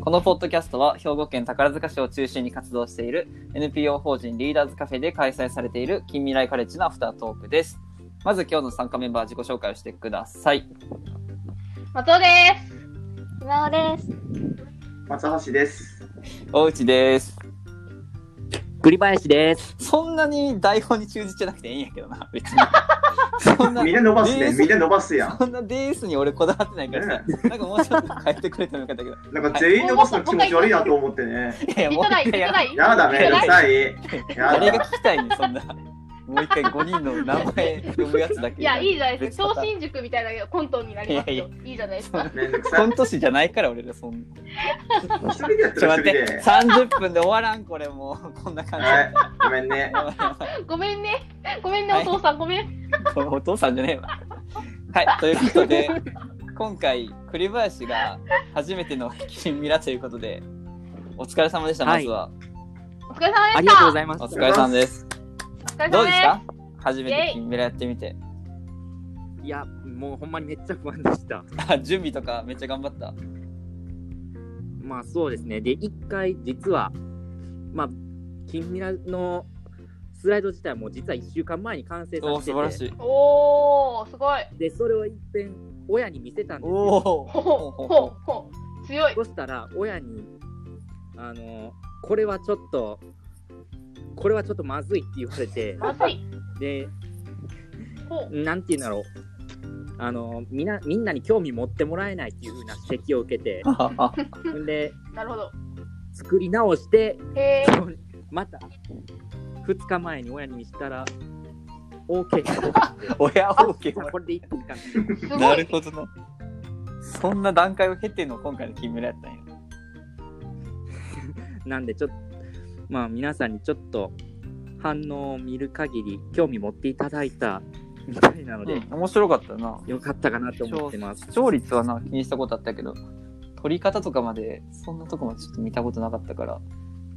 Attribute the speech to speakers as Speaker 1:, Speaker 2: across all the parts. Speaker 1: このポッドキャストは兵庫県宝塚市を中心に活動している NPO 法人リーダーズカフェで開催されている近未来カレッジのアフタートークです。まず今日の参加メンバー自己紹介をしてください。
Speaker 2: 松尾です。
Speaker 3: 今尾です。
Speaker 4: 松橋です。
Speaker 1: 大内です。
Speaker 5: 栗林です。
Speaker 1: そんなに台本に忠実じゃなくていいんやけどな、別に。そんな
Speaker 4: みんな伸ばすね。
Speaker 1: ね
Speaker 4: みんな伸ばすやん。
Speaker 1: そんなデースに俺こだわってないからさ、なんかもうちょっと変えてくれてもよかったけど。
Speaker 4: なんか全員伸ばすの気持ち悪いなと思ってね。
Speaker 1: いや
Speaker 2: リトライ、リト
Speaker 1: や
Speaker 2: ライ。
Speaker 4: やだね。めんどくさい。 や
Speaker 1: 誰
Speaker 4: だ
Speaker 1: が。聞きたいねんそんな。もう一回5人の名前呼ぶやつだけ。
Speaker 2: いや、いいじゃないですか。
Speaker 1: 別パタ
Speaker 2: 超
Speaker 1: ーン
Speaker 2: 新塾みたいなコントになりますよ。いいじゃないですか。
Speaker 4: めんどくさ
Speaker 1: コ
Speaker 4: い
Speaker 1: ン。ト師じゃないから俺らそんな。
Speaker 4: 一人でやって
Speaker 1: ちょ
Speaker 4: る一
Speaker 1: 待
Speaker 4: 人
Speaker 1: って、
Speaker 4: で。
Speaker 1: 30分で終わらんこれもう。こんな感じ。
Speaker 4: はい。ごめんね。
Speaker 1: やばいやばい
Speaker 2: ごめんね。ごめん
Speaker 1: は
Speaker 2: ね、
Speaker 1: い
Speaker 2: お父さん。ごめん。
Speaker 1: これお父さんじゃねえわ。はい、ということで、今回栗林が初めての金ミラということで、お疲れ様でした、まずは。
Speaker 2: お疲れ様でした。
Speaker 5: ありがとうございま
Speaker 1: お
Speaker 5: す
Speaker 1: 疲。れ様です。
Speaker 2: お疲れ様
Speaker 1: どうです
Speaker 2: す
Speaker 1: か初めて金ミラやってみて。
Speaker 5: いや、もうほんまにめっちゃ不安でした。
Speaker 1: あ準備とかめっちゃ頑張った。
Speaker 5: まあそうですね。で、一回実は、まあ、金ミラのスライド自体も実は1週間前に完成さ
Speaker 1: おお、
Speaker 5: せ
Speaker 1: 素
Speaker 5: て
Speaker 1: 晴ら
Speaker 5: て
Speaker 1: しい。
Speaker 2: おー、すごい。
Speaker 5: で、それを一遍親に見せたんです
Speaker 1: お
Speaker 5: よ。
Speaker 1: お。
Speaker 2: ほほほほ。強い。
Speaker 5: そしたら親に、あの、これはちょっと、これはちょっとまずいって言われ て、
Speaker 2: まずい。
Speaker 5: で、
Speaker 2: ほう。
Speaker 5: なんて言うんだろう。あのみんなみんなに興味持ってもらえないっていうふうな指摘を受け てんで
Speaker 2: なるほど。
Speaker 5: 作り直して
Speaker 2: へえ。
Speaker 5: また2日前に親に見したら OK か
Speaker 1: 親オーケ ー。
Speaker 5: これでいいって言ったんです
Speaker 2: ごい。
Speaker 1: なるほどな。そんな段階を経ての今回の金メダルやったんや。
Speaker 5: なんでちょっとまあ皆さんにちょっと反応を見る限り興味持っていただいたみたいなので、
Speaker 1: うん、面白かったな。
Speaker 5: よかったかなと思ってます
Speaker 1: 視聴率はな、気にしたことあったけど、取り方とかまで、そんなとこまでちょっと見たことなかったから、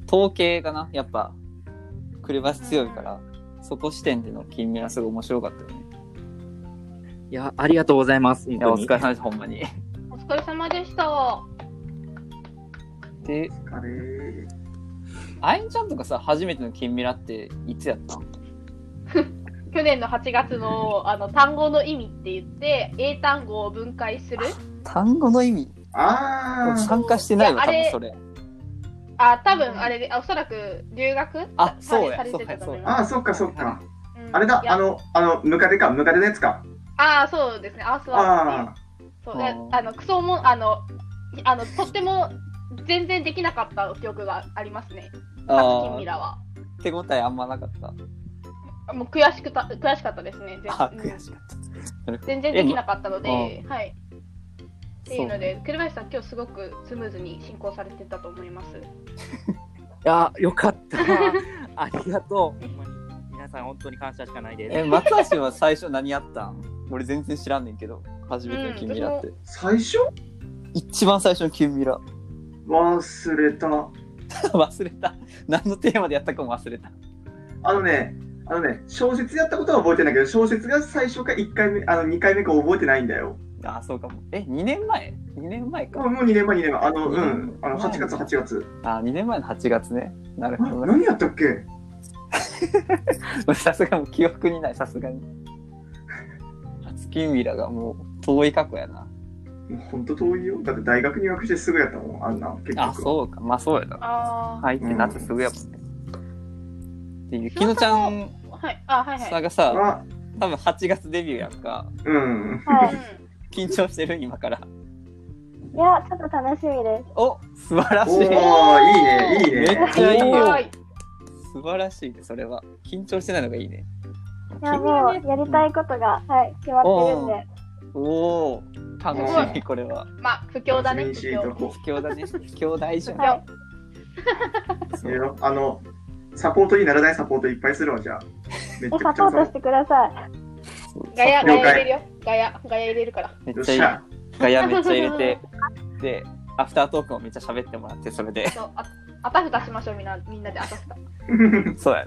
Speaker 1: 統計がな、やっぱ、クレバス強いから、そこ視点での金メダルすごい面白かったよね。
Speaker 5: いやありがとうございます
Speaker 1: いや、お
Speaker 5: 本
Speaker 1: 疲
Speaker 5: 当
Speaker 1: れ様
Speaker 5: に
Speaker 1: でした、ほんまに。
Speaker 2: お疲れ様でした。
Speaker 1: で、
Speaker 4: あれ
Speaker 1: あゆみちゃんとかさ、初めての金メダルって、いつやったん
Speaker 2: 去年の8月のあの単語の意味って言って、英単語を分解する。
Speaker 1: 単語の意味
Speaker 4: あー。
Speaker 1: 参加してないわ、多
Speaker 2: いやあ
Speaker 1: 分
Speaker 2: れ
Speaker 1: それ。
Speaker 2: あ、多分あれで、あおそらく留学
Speaker 1: あ、そう
Speaker 2: さ
Speaker 1: や、
Speaker 2: れ
Speaker 1: そう
Speaker 2: てた
Speaker 1: や、
Speaker 2: と思
Speaker 1: そ
Speaker 2: いうま
Speaker 1: や
Speaker 2: す。
Speaker 4: あー、そっかそっか。
Speaker 2: うん
Speaker 4: あれだ
Speaker 2: い。や
Speaker 4: あの、あの、ムカデか。ムカデのやつか。
Speaker 2: ああ、そうですね。アースワー
Speaker 4: あ
Speaker 2: クっていう。そう
Speaker 1: あ
Speaker 2: で
Speaker 1: ー
Speaker 2: あの、クソも、あの、いあの、とっても全然できなかった記憶がありますね。初金ミラは。
Speaker 1: 手応えあんまなかった。
Speaker 2: もう悔しくた、悔しかったですね。全
Speaker 1: あ、
Speaker 2: うん
Speaker 1: 悔しかった。なるほど
Speaker 2: 全然できなかったの
Speaker 1: え
Speaker 2: で、はい。っていうので、栗林さん、今日すごくスムーズに進行されてたと思います。
Speaker 5: いやよかった ありがとうほんまに皆さん本当に感謝しかないです
Speaker 1: え、松橋は最初何やったん俺全然知らんねんけど、初めての金ミラって。
Speaker 4: 最初
Speaker 1: 一番最初の金ミラ。
Speaker 4: 忘れた。
Speaker 1: 忘れた。何のテーマでやったかも忘れた。
Speaker 4: あのね、あのね、小説やったことは覚えてないけど、小説が最初か1回目、あの2回目か覚えてないんだよ。
Speaker 1: あ、そうかも。え、2年前 ?2 年前
Speaker 4: も
Speaker 1: か
Speaker 4: う。もう2年前、2年前。あの、う
Speaker 1: うん
Speaker 4: ん。あの、8月、8月。
Speaker 1: あ、2年前の8月ね。なる
Speaker 4: あ
Speaker 1: ほどな。
Speaker 4: 何やったっけ
Speaker 1: 俺さすがもう記憶にない、さすがに。初金ミラがもう遠い過去やな。
Speaker 4: もうほんと遠いよ。だって大学入学してすぐやったもん、あんな。結局。
Speaker 1: あ、そうか。まあそうやな。
Speaker 2: ああ、
Speaker 1: 入って夏すぐやもんね。で、ゆきのちゃん
Speaker 2: はい、あ、はいはい。
Speaker 1: さんがさ、
Speaker 4: は、
Speaker 1: 多分8月デビューやんか。
Speaker 4: うん。
Speaker 3: はい。
Speaker 1: 緊張してる今から。
Speaker 3: いや、ちょっと楽しみで
Speaker 1: お素晴らし
Speaker 4: おー、いい
Speaker 1: い。
Speaker 4: ね、いい
Speaker 1: め
Speaker 4: ね
Speaker 1: っ。ちゃいい
Speaker 2: うん
Speaker 1: よ
Speaker 2: は。い
Speaker 1: 素晴らしいね、それは。緊張してないのがいいね。
Speaker 3: す。いや、もうやりたいことが、はい、決まってるんで。
Speaker 1: おお、楽
Speaker 2: す
Speaker 1: し
Speaker 2: ご
Speaker 1: い、これ は。
Speaker 2: まあ、不況だね、不
Speaker 4: 楽しみにしと
Speaker 2: 況。
Speaker 4: こ
Speaker 1: 不況だね。不況大事
Speaker 3: は
Speaker 1: だ。
Speaker 3: い、
Speaker 4: う。いろいろあの、サポートにならないサポートいっぱいするわ、じゃあ。めっち
Speaker 3: え
Speaker 4: ゃくち
Speaker 3: サポ
Speaker 4: ゃ
Speaker 3: ート
Speaker 4: サ
Speaker 3: し
Speaker 4: ポ
Speaker 3: てください。
Speaker 2: ガヤ、ガ
Speaker 4: 了解
Speaker 2: ヤ入れるよ。ガヤ、ガヤ入れるから。
Speaker 1: め
Speaker 4: よ
Speaker 1: っ
Speaker 4: っ
Speaker 1: ち
Speaker 4: し
Speaker 1: ゃ
Speaker 4: ゃ。
Speaker 1: いい。ガヤめっちゃ入れて、で、アフタートークもめっちゃ喋ってもらって、それで。
Speaker 2: そう、あ、あたふたしましょう、みんな、みんなであたふた。
Speaker 1: そうや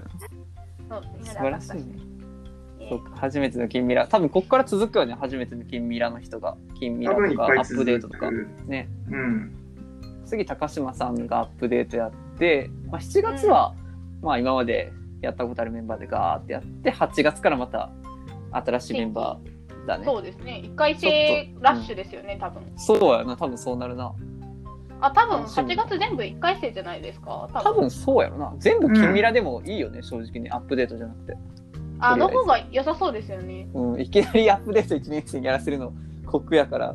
Speaker 1: な。
Speaker 2: そう、みんな
Speaker 1: 素晴
Speaker 2: であた
Speaker 1: ら
Speaker 2: ふ
Speaker 1: したい
Speaker 2: し
Speaker 1: ね。
Speaker 2: て
Speaker 1: そうか初めての金ミラ。多分ここから続くよね、初めての金ミラの人が。金ミ
Speaker 4: 多
Speaker 1: ラ
Speaker 4: 分
Speaker 1: と
Speaker 4: いっ
Speaker 1: か、
Speaker 4: ぱ
Speaker 1: ア
Speaker 4: い
Speaker 1: ップデー
Speaker 4: 続
Speaker 1: トとか。
Speaker 4: く。
Speaker 1: ね。
Speaker 4: うん。
Speaker 1: 次高島さんがアップデートやって、まあ、7月は、まあ今までやったことあるメンバーでガーってやって8月からまた新しいメンバーだね
Speaker 2: そうですね。一回生ラッシュですよね、多分。
Speaker 1: そうやな多分そうなるな
Speaker 2: あ、多分
Speaker 1: 楽しみ
Speaker 2: 8月全部一回生じゃないですか。多
Speaker 1: 多分そうやろな全部金ミラでもいいよね、正直にアップデートじゃなくて、
Speaker 2: あの方が良さそうですよね。
Speaker 1: うん、いきなりアップデート1年生にやらせるの酷やから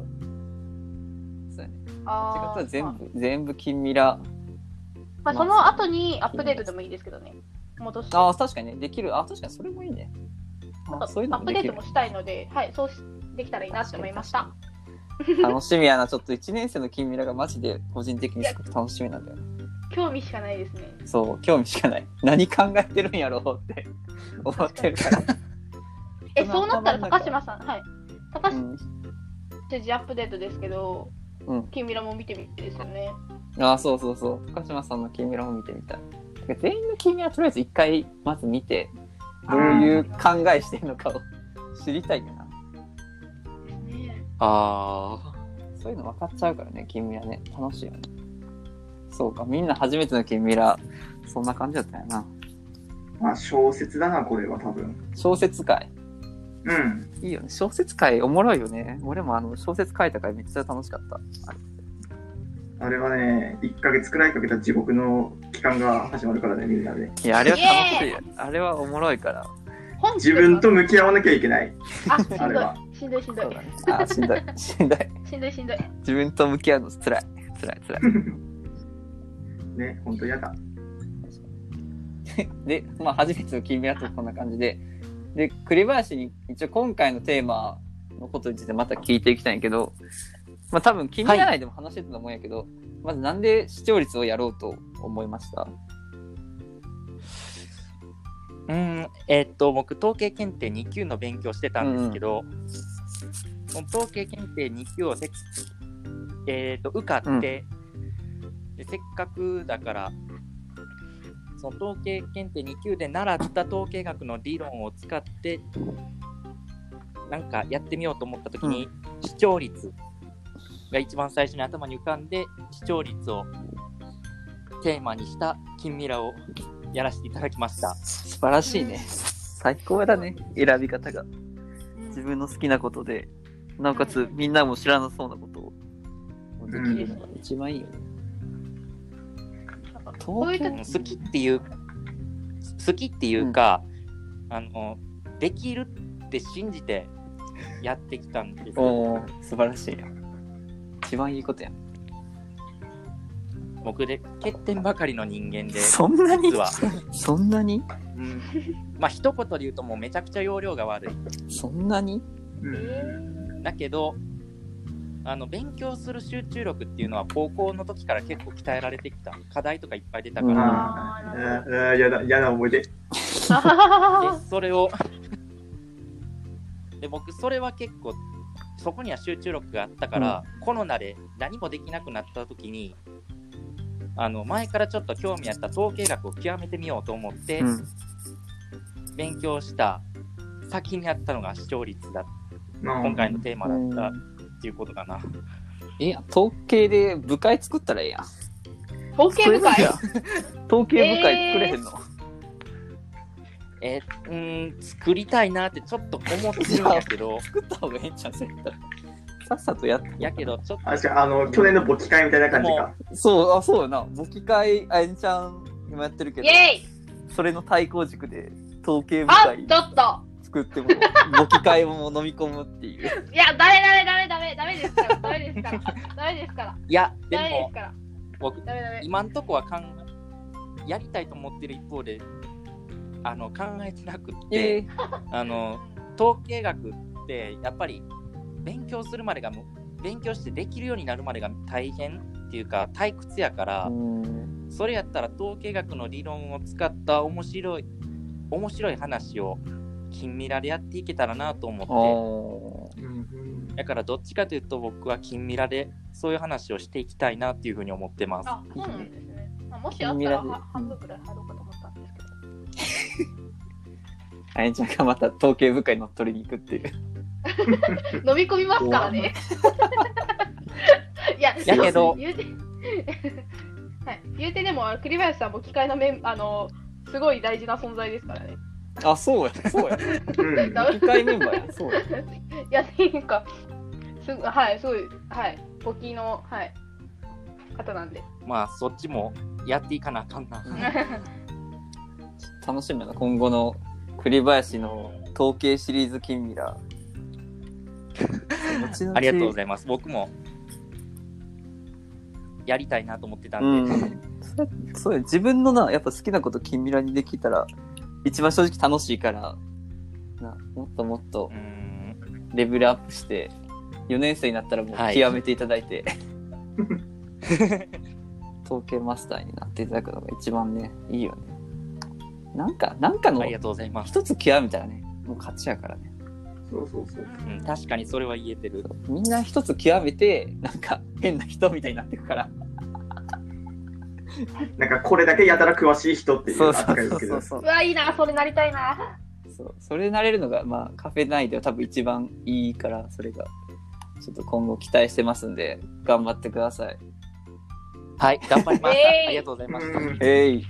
Speaker 1: そうやね8
Speaker 2: あ
Speaker 1: 月
Speaker 2: ー
Speaker 1: は全部全部金ミラ
Speaker 2: まあ、その後にアップデートでもいいですけどね。戻して。
Speaker 1: ああ確かにねできるあ確かにそれもいいねあーそういうの
Speaker 2: ア
Speaker 1: も
Speaker 2: ップ
Speaker 1: で
Speaker 2: デ
Speaker 1: き
Speaker 2: ー
Speaker 1: る
Speaker 2: トもしたいので、はい、そうしできたらいいなって思いました。
Speaker 1: 楽しみやなちょっと1年生の金ミラがマジで個人的にすごく楽しみなんだよね
Speaker 2: 興味しかないですね。
Speaker 1: そう興味しかない 何考えてるんやろうって 思ってるから、
Speaker 2: え、
Speaker 1: その
Speaker 2: そうなったら
Speaker 1: 頭の中
Speaker 2: 高島さん、はい。高
Speaker 1: う
Speaker 2: 島
Speaker 1: ん、
Speaker 2: 知事アップデートですけど、
Speaker 1: うん
Speaker 2: 君らも見てみてですよね。
Speaker 1: ああそうそうそう高島さんの金ミラも見てみたいてか全員の金ミラとりあえず一回まず見てどういう考えしてるのかを知りたいよな
Speaker 2: ね
Speaker 5: ああ。
Speaker 1: そういうの分かっちゃうからね金ミラね楽しいよねそうかみんな初めての金ミラそんな感じだったよな
Speaker 4: まあ小説だな、これは多分。
Speaker 1: 小説会
Speaker 4: うん。
Speaker 1: いいよね小説会おもろいよね俺もあの小説書いたからめっちゃ楽しかったあれ
Speaker 4: あれはね、1ヶ月くらいかけた地獄の期間が始まるからね、みんなで。
Speaker 1: いやあれは楽しいよあれはおもろいから
Speaker 2: 本
Speaker 4: 自分と向き合わなきゃいけない。
Speaker 2: あ、
Speaker 4: あれは
Speaker 2: しんどい、しんどい、し
Speaker 1: そう
Speaker 2: んどい
Speaker 1: だ、ねあーしん どいしんどい
Speaker 2: しんどい、しんどい。
Speaker 1: 自分と向き合うのつらいつらいつらい
Speaker 4: ね、本当嫌だ。
Speaker 1: で、まあ、初めての金メダルとこんな感じで。で、栗林に一応今回のテーマのことについてまた聞いていきたいんやけど、まあ多分、金メダル内でも話してたと思うんやけど、まずなんで視聴率をやろうと思いました
Speaker 5: うん、えーっと、僕、統計検定2級の勉強してたんですけど、その統計検定2級をせっ、えーっと、受かって、
Speaker 1: うん
Speaker 5: で、せっかくだから、その統計検定2級で習った統計学の理論を使って、なんかやってみようと思ったときに、視聴率が一番最初に頭に浮かんで、視聴率をテーマにした金ミラをやらせていただきました。
Speaker 1: 素晴らしいね。最高だね、選び方が。自分の好きなことで、なおかつみんなも知らなそうなことをできるのが一番いいよね。
Speaker 2: こういう
Speaker 1: 東京
Speaker 5: 好きっていう好きっていうか、あのできるって信じてやってきたんです
Speaker 1: おお素晴らしいよ。一番いいことや。
Speaker 5: 僕で欠点ばかりの人間で
Speaker 1: そんなに
Speaker 5: 実は、
Speaker 1: そんなに
Speaker 5: うんまあ一言で言うともうめちゃくちゃ容量が悪い
Speaker 1: そんなに
Speaker 4: うん。
Speaker 5: だけどあの勉強する集中力っていうのは高校の時から結構鍛えられてきた課題とかいっぱい出たか
Speaker 1: うん
Speaker 5: ら、
Speaker 4: あーあー、嫌だ、嫌な思い出。
Speaker 2: あ
Speaker 5: でそれを で僕それは結構そこには集中力があったから、コロナで何もできなくなった時にあの前からちょっと興味あった統計学を極めてみようと思って
Speaker 1: うん。
Speaker 5: 勉強した先にあったのが視聴率だ今回のテーマだったっていうことかな、
Speaker 1: え、統計で部会作ったらええやん。
Speaker 2: ー統計部会
Speaker 1: 作れるやん統計部会作れへんの、
Speaker 5: えーうーん作りたいなってちょっと思ってるんやけど
Speaker 1: 作った方がええんちゃうそれやったらさっさとやって。
Speaker 5: やけどちょっと
Speaker 4: あ確かにあの、去年の簿記会みたいな感じ
Speaker 5: も
Speaker 4: か。
Speaker 1: そう、あ、そうよな。簿記会、あやんちゃん、今やってるけど
Speaker 2: イ、エーイ
Speaker 1: それの対抗軸で統計部
Speaker 2: あ、
Speaker 1: 会
Speaker 2: ちょっと
Speaker 1: 作っても、簿記会も飲み込むっていう。
Speaker 2: いや、ダメダメダメダメダメですから、ダメですから、ダメですから、
Speaker 5: いやで
Speaker 2: ダメです
Speaker 5: も
Speaker 2: から、
Speaker 5: 僕
Speaker 2: ダメダメ。
Speaker 5: 今んとこは考えやりたいと思ってる一方であの考えてなくって、
Speaker 1: ー
Speaker 5: あの統計学ってやっぱり勉強するまでがむ勉強してできるようになるまでが大変っていうか退屈やから、
Speaker 1: うん
Speaker 5: それやったら統計学の理論を使った面白い面白い話を近未来でやっていけたらなと
Speaker 1: あ
Speaker 5: 思って
Speaker 1: ー
Speaker 4: うん
Speaker 5: だからどっちかというと僕は近未来でそういう話をしていきたいなっていうふうに思ってます。
Speaker 2: あ、そうなんですね。あもしあったらは半分くらい入ろうかと思ったんですけど。
Speaker 1: あやんちゃんがまた統計部会乗っ取りに行くっていう。
Speaker 2: 飲み込みますからね。いや、
Speaker 5: やけど
Speaker 2: 言うて はい、言うてでも栗林さんも機械のメンあのすごい大事な存在ですからね。
Speaker 1: あ、そうや、そうや。
Speaker 4: うん
Speaker 2: だ
Speaker 1: 機械メンバーや、そうや。
Speaker 2: いやなんかすごはいすごいはい簿記のはい方なんで。
Speaker 5: まあそっちもやっていかなあかんな。
Speaker 1: 楽しみやな、今後の栗林の統計シリーズ金ミ ラー
Speaker 5: ありがとうご
Speaker 1: い
Speaker 5: ざいます。僕もやりたいなと思ってたんで、
Speaker 1: うん。それそうや、自分のな、やっぱ好きなこと金ミラーにできたら、一番正直楽しいから、なもっともっと
Speaker 5: うーん
Speaker 1: レベルアップして、4年生になったらもう
Speaker 5: はい
Speaker 1: 極めていただいて、統計マスターになっていただくのが一番ね、いいよね。なんか、なんかの
Speaker 5: ありがとうございます。
Speaker 1: 一つ極めたらね、もう勝ちやからね。
Speaker 4: そうそうそう。
Speaker 5: うん、確かにそれは言えてる。
Speaker 1: みんな一つ極めて、なんか変な人みたいになってくから。
Speaker 4: なんかこれだけやたら詳しい人っていう扱いですけど。
Speaker 1: そう
Speaker 2: わいいなそれなりたいな。
Speaker 1: そう。それなれるのが、まあ、カフェ内では多分一番いいから、それが。ちょっと今後期待してますんで、頑張ってください。
Speaker 5: はい、頑張ります。
Speaker 2: えい
Speaker 5: ありがとうございました。
Speaker 4: うん
Speaker 1: えい。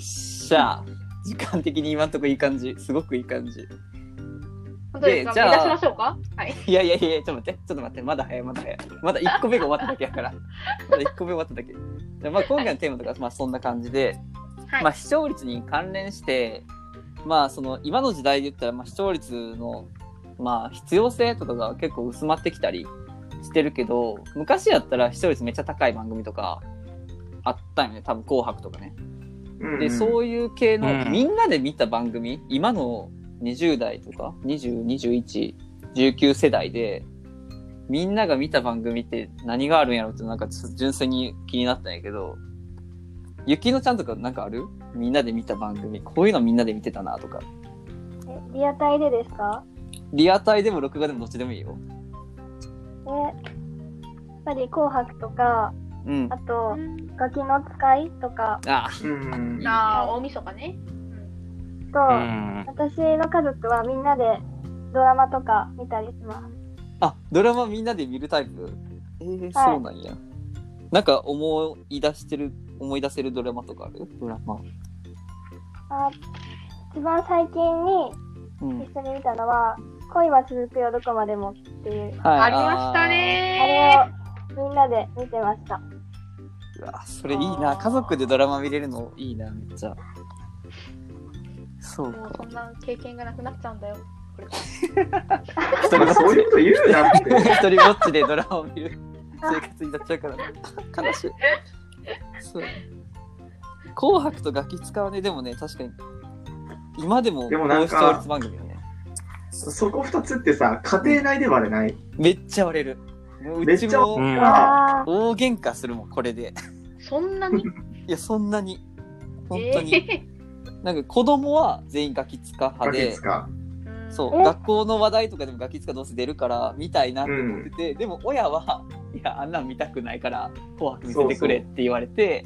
Speaker 1: しゃあ。時間的に今んとこいい感じ。すごくいい感じ。
Speaker 2: 本当ですか
Speaker 1: でじゃあ
Speaker 2: 目指しましょうか。はい。
Speaker 1: いやいやいや、ちょっと待って、ちょっと待って、まだ早い、まだ早い。まだ1個目が終わっただけやから。まだ1個目終わっただけ。じゃあまあ今回のテーマとか、まあそんな感じで、
Speaker 2: はい
Speaker 1: まあ視聴率に関連して、まあその今の時代で言ったら、まあ視聴率の、まあ必要性とかが結構薄まってきたりしてるけど、昔やったら視聴率めっちゃ高い番組とかあったよね、多分紅白とかね。
Speaker 4: うん
Speaker 1: で、そういう系の、
Speaker 5: うん
Speaker 1: みんなで見た番組、今の20代とか、20、21、19世代で、みんなが見た番組って何があるんやろうって、なんかちょっと純粋に気になったんやけど、ゆきのちゃんとかなんかあるみんなで見た番組。こういうのみんなで見てたなとか。
Speaker 3: えリアタイでですか
Speaker 1: リアタイでも録画でもどっちでもいいよ。
Speaker 3: え、やっぱり紅白とか、
Speaker 1: うん
Speaker 3: あ。と、ガキの使いとか
Speaker 1: あ、
Speaker 4: うん。
Speaker 2: ああ大晦日ね。
Speaker 3: と、
Speaker 5: うん
Speaker 3: 私の家族はみんなでドラマとか見たりします。
Speaker 1: あ、ドラマみんなで見るタイプ。えー、そうなんや。なんか思い出してる、思い出せるドラマとかあるドラマ。
Speaker 3: あ一番最近に
Speaker 1: うん。
Speaker 3: 一緒に見たのは「恋は続くよどこまでも」っていう
Speaker 1: はい
Speaker 2: ありました
Speaker 3: あ
Speaker 2: ね
Speaker 3: れをみんなで見てました
Speaker 1: うわそれいいな家族でドラマ見れるのいいなめっちゃそう
Speaker 2: もうそ
Speaker 1: か
Speaker 2: んな経験がなくなっちゃうんだよ。これ
Speaker 1: 一人
Speaker 4: なん
Speaker 1: ぼ
Speaker 4: か
Speaker 1: っち
Speaker 4: そういうこと言うなって。
Speaker 1: 一人ぼっちでドラマを見る生活になっちゃうからね悲しいそう紅白とガキ使はねでもね確かに今でも
Speaker 4: でもなん
Speaker 1: 視
Speaker 4: か
Speaker 1: 聴率番組よね
Speaker 4: そこ二つってさ、家庭内で割れない。
Speaker 1: めっちゃ割れるもう
Speaker 4: め
Speaker 1: う
Speaker 4: っ
Speaker 1: ち
Speaker 4: ちゃ
Speaker 1: も
Speaker 5: うん
Speaker 3: あ
Speaker 1: 大喧嘩するもんこれで
Speaker 2: そんなに。
Speaker 1: いやそんなに 本当に、
Speaker 2: え
Speaker 1: なんか子供は全員ガキ使派
Speaker 4: わけ
Speaker 1: で
Speaker 4: ですか。
Speaker 2: ー
Speaker 1: そう
Speaker 3: え
Speaker 1: 学校の話題とかでもガキ使どうせ出るから見たいなって思ってて、でも親はい やあんなん見たくないから「紅白」見せてくれって言われて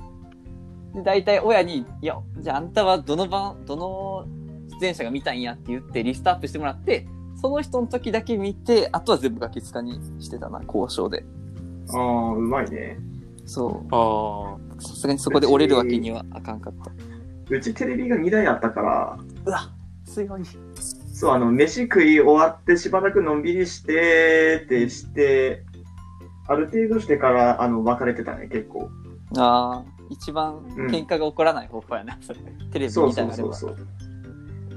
Speaker 1: で大体親に「いやじゃああんたはどの番どの出演者が見たいんや」って言ってリストアップしてもらってその人の時だけ見てあとは全部ガキ使にしてたな交渉で
Speaker 4: ああ、うまいね。
Speaker 1: そ
Speaker 5: あー
Speaker 1: うさすがにそこで折れるわけにはあかんかった
Speaker 4: うちテレビが2台あったから、
Speaker 1: うわ強い
Speaker 4: そう、あの、飯食い終わってしばらくのんびりして、ってして、ある程度してから、あの、別れてたね、結構。
Speaker 1: あー一番喧嘩が起こらない方法やな、それテレビ
Speaker 4: そう
Speaker 1: みた
Speaker 4: そ
Speaker 1: いうなのあれ
Speaker 4: そう
Speaker 1: ば
Speaker 4: そう。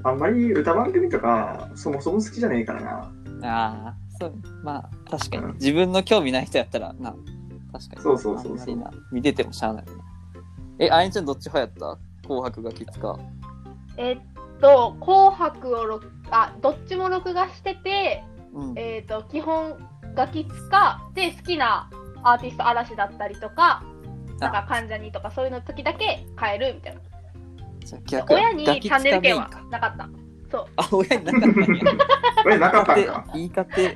Speaker 4: あんまり歌番組とか、そもそも好きじゃねえか らな。
Speaker 1: ああ、そう、まあ、確か
Speaker 4: うん
Speaker 1: に。自分の興味ない人やったら、な、確かに。
Speaker 4: そうそうそうそ
Speaker 1: あ
Speaker 4: う
Speaker 1: んまりな見ててもしゃあないな。え、あやんちゃんどっち派やった紅白がきつか。
Speaker 2: えっと紅白を録あどっちも録画してて。
Speaker 1: うん。
Speaker 2: えっ、と基本ガキツカで好きなアーティスト嵐だったりとかなんか関ジャニとかそういうの時だけ変えるみたいな
Speaker 1: じゃあ逆や
Speaker 2: 親にチャンネル権
Speaker 1: ガ
Speaker 2: は
Speaker 1: キ使メインか
Speaker 2: なかった
Speaker 1: あ、親になかったんや。
Speaker 4: これなかったんか。
Speaker 1: 言い方、言い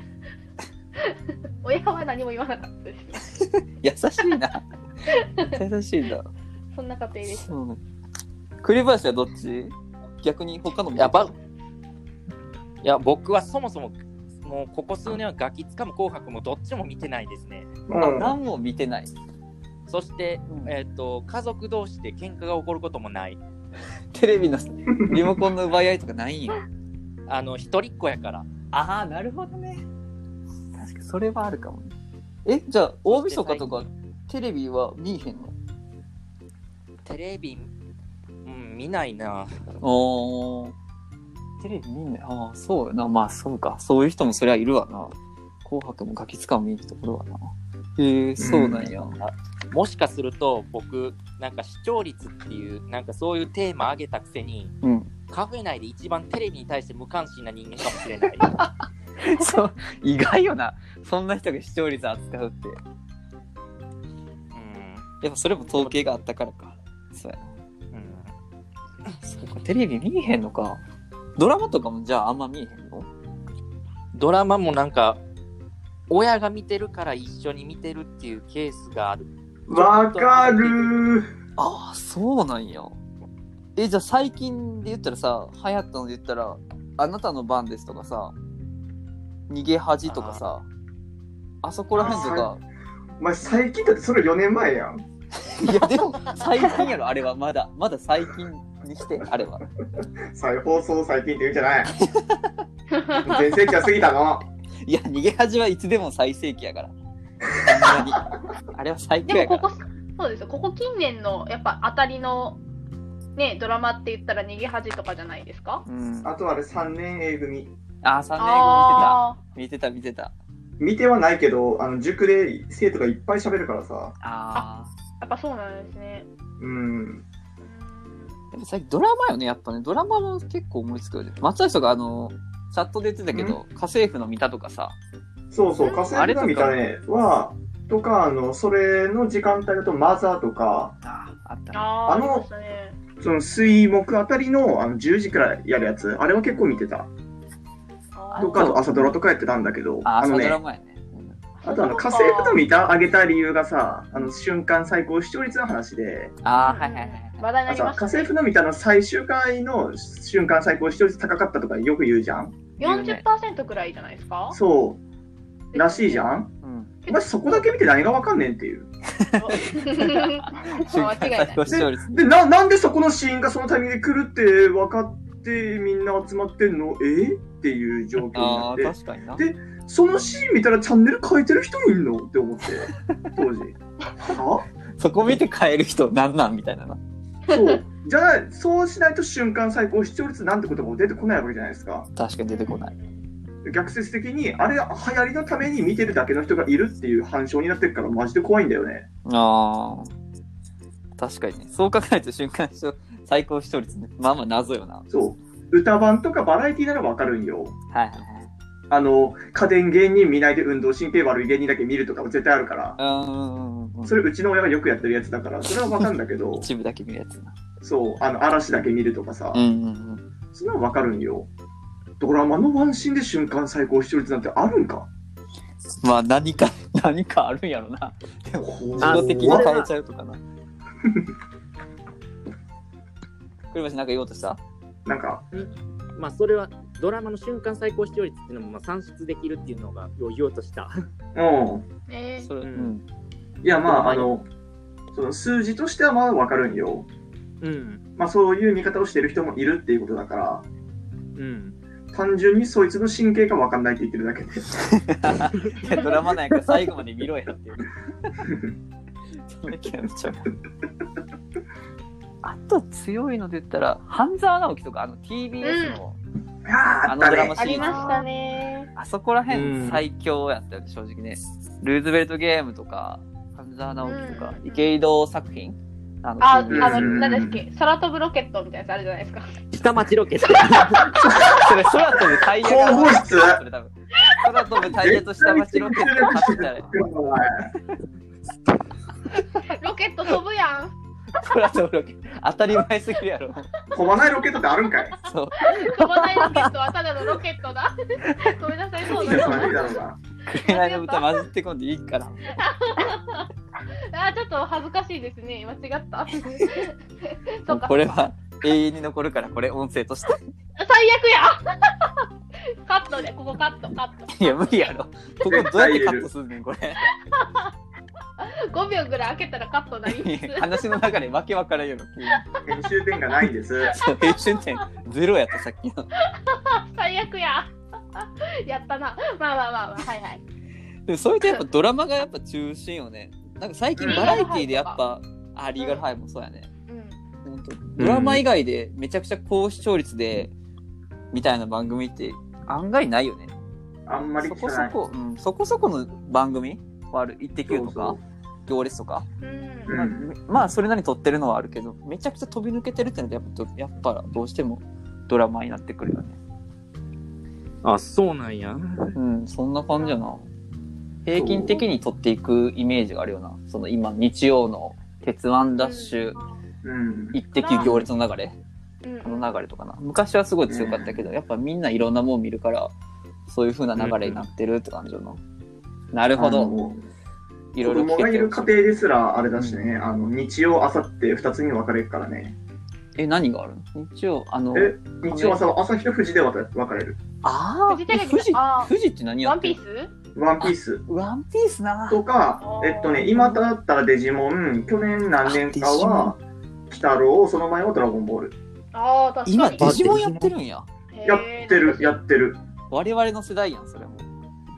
Speaker 2: 親は何も言わなかったです
Speaker 1: 方優しい な。優しいな。
Speaker 2: そんな家庭 です
Speaker 1: そうね。栗林はどっち逆に他のも
Speaker 5: やっぱいや僕はそもそももうここ数年はガキつかも紅白もどっちも見てないですね。
Speaker 4: う
Speaker 1: あ
Speaker 4: ん。
Speaker 1: 何も見てない。
Speaker 5: そして、
Speaker 1: うん
Speaker 5: えっと家族同士で喧嘩が起こることもない
Speaker 1: テレビのリモコンの奪い合いとかないんや。
Speaker 5: あの一人っ子やから
Speaker 1: ああ、なるほどね。確かにそれはあるかもね。え、じゃあ、大晦日とかテレビは見えへんの
Speaker 5: テレビ、うん、見ないな
Speaker 1: おーテレビ見んねああ、そうやな。まあ、そうか。そういう人もそりゃいるわな。紅白もガキ使う見に行くところはな。へえそうなんや。
Speaker 5: もしかすると僕なんか視聴率っていうなんかそういうテーマ上げたくせに
Speaker 1: うん。
Speaker 5: カフェ内で一番テレビに対して無関心な人間かもしれない
Speaker 1: そう、意外よな。そんな人が視聴率扱うって。
Speaker 5: うん
Speaker 1: やっぱそれも統計があったからか。そうや
Speaker 5: うん
Speaker 1: な。そうか、テレビ見えへんのか。ドラマとかもじゃああんま見えへんの
Speaker 5: ドラマもなんか親が見てるから一緒に見てるっていうケースがある
Speaker 4: わかるー。
Speaker 1: ああ、そうなんや。え、じゃあ最近で言ったらさ、流行ったので言ったら、あなたの番ですとかさ、逃げ恥とかさ、あそこら辺とか、
Speaker 4: お前最近だってそれ4年前やん。
Speaker 1: いやでも最近やろ、あれはまだ、まだ最近にして、あれは。
Speaker 4: 再放送最近って言うんじゃ ない。全盛期は過ぎたの。
Speaker 1: いや、逃げ恥はいつでも最盛期やから。ほんまにあれは最強
Speaker 2: で
Speaker 1: やか
Speaker 2: も
Speaker 1: ら。
Speaker 2: ここ、そうですよ、ここ近年のやっぱ当たりの、ね、ドラマって言ったら逃げ恥とかじゃないですか
Speaker 1: うん、
Speaker 4: あとあれ3年 A 組。
Speaker 1: ああ、3年
Speaker 2: あ
Speaker 1: 後見てた。見てた、見てた。
Speaker 4: 見てはないけど、あの塾で生徒がいっぱい喋るからさ。
Speaker 1: ああ。
Speaker 2: あ、やっぱそうなんですね。
Speaker 4: うん。
Speaker 1: やっぱ最近ドラマよね、やっぱね。ドラマも結構思いつくよね。松橋とか、あの、チャットで言ってたけど、家政婦の見たとかさ、
Speaker 4: そうそう、火星
Speaker 1: あれと
Speaker 4: が
Speaker 1: か
Speaker 4: 見たねは、とか、あの、それの時間帯だとマザーとか、
Speaker 1: ああったね
Speaker 2: ああー、
Speaker 4: あ
Speaker 2: あ
Speaker 4: の
Speaker 2: りましたね。
Speaker 4: その水木あたりのあの10時くらいやるやつ、あれは結構見てた。
Speaker 2: あ
Speaker 4: と
Speaker 2: ー
Speaker 4: か、あと朝ドラとかやってたんだけど、
Speaker 1: あ、朝
Speaker 4: の
Speaker 1: ド
Speaker 4: ね
Speaker 1: ラ、マやね。うん
Speaker 4: あとあの、火星と見た、あげた理由がさ、あの、瞬間最高視聴率の話で、
Speaker 1: ああ、
Speaker 2: うん
Speaker 1: はいはいはいはい。
Speaker 2: 話題にな
Speaker 4: あ
Speaker 2: り
Speaker 4: と
Speaker 2: ま
Speaker 4: は
Speaker 2: し
Speaker 4: 家
Speaker 2: た、
Speaker 4: 政婦
Speaker 2: ね。
Speaker 4: の見たの最終回の瞬間最高視聴率高かったとかよく言うじゃん
Speaker 2: 40%くらいじゃないですか
Speaker 4: そう、らしいじゃん
Speaker 1: うん。
Speaker 4: お前そこだけ見て何がわかんねんっていう。
Speaker 1: 瞬間 最。
Speaker 2: 間違いない
Speaker 1: 高視聴率。
Speaker 4: で、な、なんでそこのシーンがそのタイミングで来るって分かってみんな集まってんのえっていう状況に
Speaker 1: あ
Speaker 4: な
Speaker 1: あ、
Speaker 4: って、
Speaker 1: 確かにな。
Speaker 4: でそのシーン見たらチャンネル変えてる人いんのって思って、当時。は
Speaker 1: そこ見て変える人なんなんみたいなな。
Speaker 4: そう。じゃあ、そうしないと瞬間最高視聴率なんてことも出てこないわけじゃないですか。
Speaker 1: 確かに出てこない。
Speaker 4: 逆説的に、あれ流行りのために見てるだけの人がいるっていう反証になってるからマジで怖いんだよね。
Speaker 1: ああ。確かにね。そう考えると瞬間視聴最高視聴率ね。まあまあ謎よな。はい
Speaker 4: そう。歌版とかバラエティならわかるんよ。
Speaker 1: はい
Speaker 4: あの、家電芸人見ないで運動神経悪い芸人だけ見るとかも絶対あるから。
Speaker 1: はい。うーんうんうんうん。
Speaker 4: それうちの親がよくやってるやつだからそれはわかるんだけど
Speaker 1: 一部だけ見るやつな。
Speaker 4: そうあの嵐だけ見るとかさ、
Speaker 1: うんうんうん。
Speaker 4: それはわかるんよドラマのワンシーンで瞬間最高視聴率なんてあるんか
Speaker 1: まあ何か、何かあるんやろな。
Speaker 4: 自
Speaker 1: 自動的に変えち
Speaker 4: ゃ
Speaker 1: ゃうとかな。 栗橋なんか言おうとした
Speaker 4: うなんか
Speaker 5: まあそれはドラマの瞬間最高視聴率っていうのもまあ算出できるっていうのが言おうとした。
Speaker 4: う
Speaker 2: えー
Speaker 1: それ、う
Speaker 5: うん
Speaker 1: ん。
Speaker 4: んいやまああ
Speaker 5: ドラ
Speaker 4: のその数字としてはまあわかるんよ
Speaker 5: うん。
Speaker 4: まあそういう見方をしてる人もいるっていうことだから
Speaker 5: うん。
Speaker 4: 単純にそいつの神経がわかんないって言ってるだけで
Speaker 1: いやドラマなんか最後まで見ろやっていう。 その意見はめっちゃわかる あと強いので言ったら、半沢直樹とか、あの TBS の、
Speaker 4: あーあ
Speaker 1: あ
Speaker 4: っ
Speaker 1: の
Speaker 4: た
Speaker 1: ドラマ
Speaker 4: ね
Speaker 1: シ
Speaker 2: あり
Speaker 1: リー
Speaker 2: ま
Speaker 1: ズ、
Speaker 2: したね。
Speaker 1: あそこら
Speaker 5: う
Speaker 1: 辺
Speaker 5: ん
Speaker 1: 最強やったよね、正直ね。ルーズベルトゲームとか、半沢直樹とか、
Speaker 2: うん
Speaker 1: 池井戸作品あの
Speaker 2: あ、あ
Speaker 1: TBS
Speaker 2: の、なんだっけ、空飛ぶロケットみたいなやつあるじゃないですか。
Speaker 5: 下町ロケット。
Speaker 1: それ空飛ぶタイヤが
Speaker 4: 神々室
Speaker 1: それ多分空飛ぶタイヤと下町ロケットを走ったら
Speaker 2: ロケット飛ぶやん。
Speaker 1: 空飛ぶロケ当たり前すぎるやろ
Speaker 4: 飛ばないロケットってあるんかい
Speaker 1: そう
Speaker 2: 飛ばないロケットはただのロケットだ。 ごめんなさい、そう
Speaker 4: い
Speaker 2: だ
Speaker 4: や
Speaker 2: よ
Speaker 4: そ。れだろうな
Speaker 1: 紅の豚混じってこんでいいから
Speaker 2: あ、ちょっと恥ずかしいですね。間違った。
Speaker 1: も
Speaker 2: そう
Speaker 1: う
Speaker 2: か。
Speaker 1: これは永遠に残るからこれ音声として
Speaker 2: 最悪 や。カットで、ここカット、カット。
Speaker 1: いや無理やろここどうやってカットすんねんこれ
Speaker 2: 5秒ぐらい開けたらカットなります
Speaker 1: 話の中でわけわからんような急に
Speaker 4: 編集点がないんです。
Speaker 1: そう編集点ゼロやったさっきの
Speaker 2: 最悪ややったなまあまあまあまあはいはい
Speaker 1: でもそれとやっぱドラマがやっぱ中心よねなんか最近バラエティーでやっぱあリーガルハイもそうやね
Speaker 2: うん
Speaker 1: 本当ドラマ以外でめちゃくちゃ高視聴率でみたいな番組って案外ないよね
Speaker 4: あんまり
Speaker 1: そ
Speaker 4: 聞か
Speaker 1: こそ
Speaker 4: ない。
Speaker 1: こ、うん、そこそこの番組はある「イッテ Q!」とか
Speaker 4: そ
Speaker 1: 「行列」とか、
Speaker 2: うん
Speaker 4: うん
Speaker 1: まあまあそれなりに撮ってるのはあるけどめちゃくちゃ飛び抜けてるってのはやっぱどやっぱどうしてもドラマになってくるよね
Speaker 5: あ、そうなんや。
Speaker 1: うんそんな感じやな平均的に撮っていくイメージがあるよなその今日曜の「鉄腕ダッシュ」
Speaker 4: うん。
Speaker 1: イッテ Q! 行列」の流れ
Speaker 2: うん
Speaker 1: あの流れとかな昔はすごい強かったけど、やっぱみんないろんなもん見るからそういう風な流れになってるって感じよな、なるほ
Speaker 4: あ
Speaker 1: ど
Speaker 4: の
Speaker 1: いろ
Speaker 4: 子
Speaker 1: いろ
Speaker 4: 供がいる
Speaker 1: ほし
Speaker 4: 家
Speaker 1: い
Speaker 4: 庭ですらあれだしね、あの日曜、朝って2つに分かれるからね。
Speaker 1: え何があるの日曜あの
Speaker 4: え日曜朝は朝日と富士で分か分かれる。
Speaker 1: ああ
Speaker 2: フジテレビの
Speaker 1: 富士
Speaker 2: あー
Speaker 1: 富士って何や
Speaker 2: ワン
Speaker 1: っ
Speaker 2: ピ
Speaker 1: て
Speaker 2: ー
Speaker 1: る
Speaker 2: ス
Speaker 4: ワンピース
Speaker 1: ワンピースな
Speaker 4: とか
Speaker 2: あ、ー
Speaker 4: えっとね、今だったらデジモン、去年何年かは、鬼太郎、その前はドラゴンボール。
Speaker 2: ああ確か
Speaker 1: 今
Speaker 2: に
Speaker 1: デジモンやってるんや
Speaker 4: やってる、やってる。
Speaker 1: 我々の世代やんそれも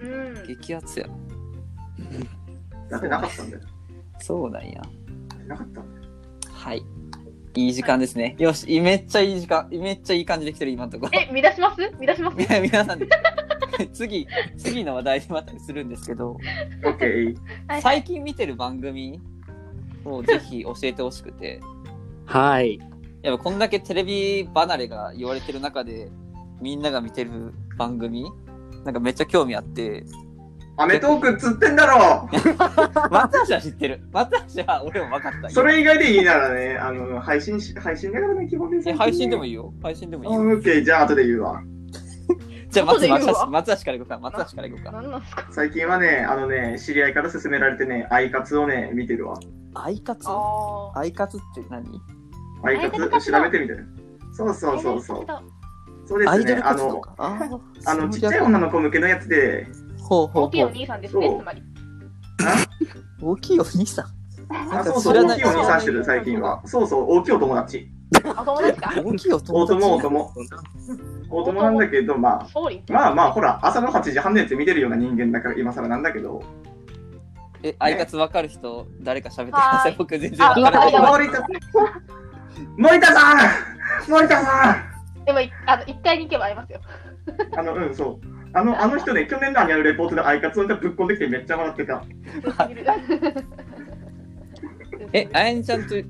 Speaker 2: うん
Speaker 1: 激アツや
Speaker 4: やってなかったん だよ。
Speaker 1: そうなんや
Speaker 4: やってなかったんだよ。
Speaker 1: はいいい時間ですね、よしいめっちゃいい時間めっちゃいい感じできてる今のとこ
Speaker 2: え見出します見出します
Speaker 1: みな 皆さんで次次の話題にまたするんですけど
Speaker 4: オッケー。
Speaker 2: はいはい
Speaker 1: 最近見てる番組をぜひ教えてほしくて
Speaker 5: はい。
Speaker 1: やっぱこんだけテレビ離れが言われてる中でみんなが見てる番組なんかめっちゃ興味あって
Speaker 4: アメトークっつってん だろ
Speaker 1: 松橋は知ってる松橋は俺も分かった
Speaker 4: それ以外でいいならね、あの、配信し、配信だからね、基本です、
Speaker 1: え配信でも
Speaker 4: いい。
Speaker 1: いいよ配信でもいいよ、
Speaker 4: オッケー、じゃあ後で言うわ。
Speaker 1: じゃあ
Speaker 2: 後
Speaker 1: 松
Speaker 2: で言う
Speaker 1: 松
Speaker 2: わ
Speaker 1: 橋松橋からいこうか松橋からいこうか
Speaker 2: 何なんですか
Speaker 4: 最近はね、あのね、知り合いから勧められてね、アイカツをね、見てるわ。
Speaker 1: アイカツ
Speaker 2: ああ
Speaker 1: アイカツって何
Speaker 4: アイカ
Speaker 2: アイカツ
Speaker 4: ツ調べてみてる。そうそうそうそう。そう
Speaker 1: ア
Speaker 4: で
Speaker 1: イ
Speaker 4: す
Speaker 1: ド
Speaker 4: ね
Speaker 1: ル、
Speaker 4: あ
Speaker 1: 活動
Speaker 4: の、
Speaker 1: かあー
Speaker 4: あの、ちっちゃい女の子向けのやつで、
Speaker 1: ほうほ
Speaker 2: 大
Speaker 1: う
Speaker 2: きい
Speaker 1: ほ
Speaker 2: お
Speaker 1: う
Speaker 2: 兄さんですね
Speaker 4: そう
Speaker 2: つまり
Speaker 1: 大きいお兄さん
Speaker 4: あ、
Speaker 1: か
Speaker 4: そうそう、
Speaker 1: 知ら
Speaker 4: 大
Speaker 1: ない
Speaker 4: きいお兄さんしてる、最近は。そうそう、大きいお友達。
Speaker 2: あ友達 か
Speaker 1: 大きいお
Speaker 4: 大
Speaker 1: 友達
Speaker 4: 友、大友。大友なんだけど、まあ、
Speaker 2: 総理
Speaker 4: まあまあ、ほら、朝の8時半のやつ見てるような人間だから、今更なんだけど、
Speaker 1: えアイカツ分かる人誰か喋ってくださ
Speaker 2: は いい
Speaker 1: 僕全然分から
Speaker 2: あ
Speaker 1: ない
Speaker 2: わかる
Speaker 4: 森田、森田さん森田さん
Speaker 2: でもいあの一階に行けば会えます よ
Speaker 4: あの、うん、そう。あの、あの人ね、去年のアニュアルレポートでアイカツをぶっ込んできてめっちゃ笑ってた。
Speaker 2: 強すぎる
Speaker 1: え、あやねちゃんと、い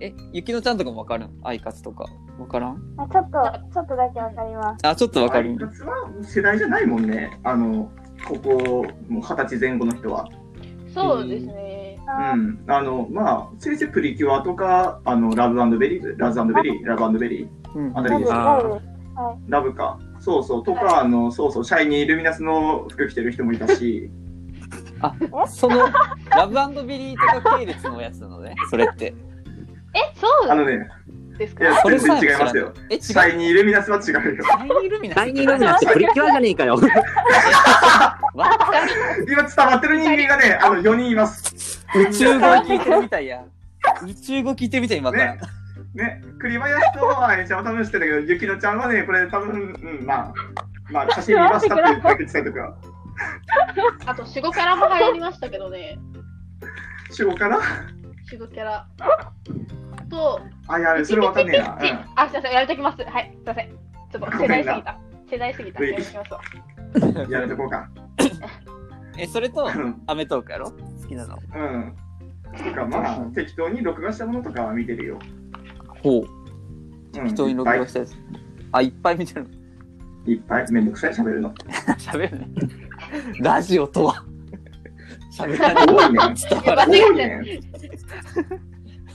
Speaker 1: え、ゆきのちゃんとかもわかるんアイカツとか。わからん
Speaker 3: あちょっと、ちょっとだけわかります。
Speaker 1: あ、ちょっとわ
Speaker 4: ア
Speaker 1: かる
Speaker 4: イ。カツは世代じゃないもんね。あの、ここ、もう二十歳前後の人は。
Speaker 2: そうですね
Speaker 3: あ
Speaker 4: う
Speaker 3: ー
Speaker 4: ん。あの、まあ、先生プリキュアとか、あの、ラブベリー、ラズベリー、ラブベリー、
Speaker 1: うん
Speaker 4: あたり
Speaker 3: ラブ、
Speaker 4: です。
Speaker 5: あ
Speaker 3: ラ
Speaker 5: ー
Speaker 3: ブです。
Speaker 4: ラブか。そうそう。とか、あの、そうそう、シャイニーイルミナスの服着てる人もいたし、
Speaker 1: その、ラブビリーとか系列のやつなの ね、それって。
Speaker 2: えそうな
Speaker 4: あの
Speaker 2: ん
Speaker 4: ね、
Speaker 2: です
Speaker 4: いや
Speaker 2: か、
Speaker 1: それさ
Speaker 4: 全
Speaker 1: えも
Speaker 4: 然
Speaker 1: 知
Speaker 4: 違い
Speaker 1: らない
Speaker 4: ますよ。
Speaker 1: え、違う。
Speaker 4: シャイニーイルミナスは違うよ。
Speaker 1: シャイニールミナ
Speaker 5: 第2ロミナってプリキュアじゃねえかよ。
Speaker 1: わ
Speaker 4: 今伝わってる人間がね、あの、4人います。
Speaker 1: 宇宙語聞いてるみたいや。宇宙語聞いてるみたい、今から。
Speaker 4: ね、栗林とあやちゃんは多分知ってるけど、ゆきのちゃんはね、これ多分、うん、まあ、まあ、写真見ましたって言ってだけ伝えとくわ。
Speaker 2: あと死後キャラも流行りましたけどね
Speaker 4: 主語かな
Speaker 2: 死後キャラと
Speaker 4: あ、いや、それわかんねえな。
Speaker 2: ちちちちあ、すいません、やめときます。はい、すいません。ちょっと世代すぎた。世代すぎた。
Speaker 4: うい
Speaker 2: やめときますわ。
Speaker 4: うん。やめとこうか。
Speaker 1: え、それと
Speaker 4: う、ん。
Speaker 1: アメトークやろ好きなの。
Speaker 4: うん。とか、まあ、適当に録画したものとかは見てるよ。
Speaker 1: ほう。
Speaker 4: うん。
Speaker 1: 人に録
Speaker 4: い
Speaker 1: 画
Speaker 4: っ
Speaker 1: したやつ。あ、いっぱい見てるの。
Speaker 4: ぱい。いっぱい。めんどくさい、喋 るの。
Speaker 1: 喋るね。ラジオとは。喋らない。
Speaker 4: 多いね。
Speaker 1: 伝わらない。
Speaker 2: 間違
Speaker 4: 多い
Speaker 2: えて
Speaker 4: ね。
Speaker 1: は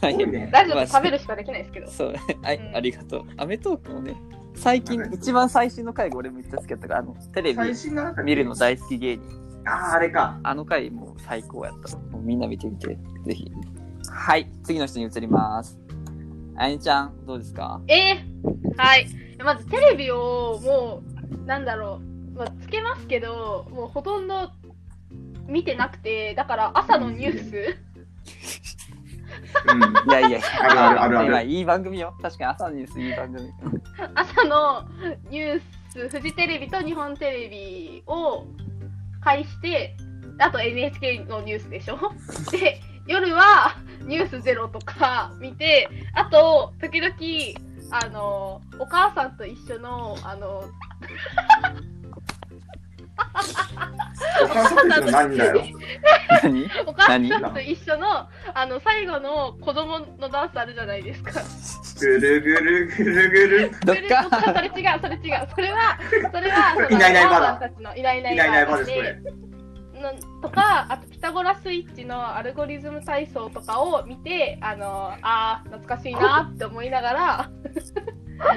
Speaker 4: 多い
Speaker 1: い。
Speaker 4: ね。
Speaker 2: ラジオで食べるしかできないですけど。
Speaker 1: そう、はい、
Speaker 2: うん
Speaker 1: ありがとう。アメトークもね、最近
Speaker 4: アメ、トーク
Speaker 1: 一番最新の回が俺めっちゃ好きだったから、あの、テレビ
Speaker 4: 最新のなんか
Speaker 1: 見るの大好き芸人。
Speaker 4: ああ、あれか。
Speaker 1: あの回もう最高やった。もうみんな見てみて、ぜひ。はい、次の人に移ります。あやねちゃん、どうですか
Speaker 2: えー、はい。まずテレビをもう、なんだろう、まあ、つけますけど、もうほとんど見てなくて、だから朝のニュース
Speaker 4: うん
Speaker 1: いやいやいや、
Speaker 4: あるあるあるある
Speaker 1: 今いい番組よ。確かに朝ニュースいい番組。
Speaker 2: 朝のニュースフジテレビと日本テレビを介してあと NHK のニュースで しょで夜は「ニュースゼロとか見てあと時々あのお母さんと一緒のあの
Speaker 4: お母さんたちの何だよ。
Speaker 1: 何
Speaker 2: お母さんと一緒のあの最後の子供のダンスあるじゃないですか。
Speaker 4: ぐるぐるぐるぐる。
Speaker 1: どっ
Speaker 2: それ
Speaker 1: か
Speaker 2: それ違うそれ違うそれはそれ はその
Speaker 4: いないいないば
Speaker 2: お母
Speaker 4: だ
Speaker 2: さんたちのいないいない
Speaker 4: いないいないば
Speaker 2: ばだ
Speaker 4: です、これ。
Speaker 2: のとかあとピタゴラスイッチのアルゴリズム体操とかを見てあのあー懐かしいなって思いながら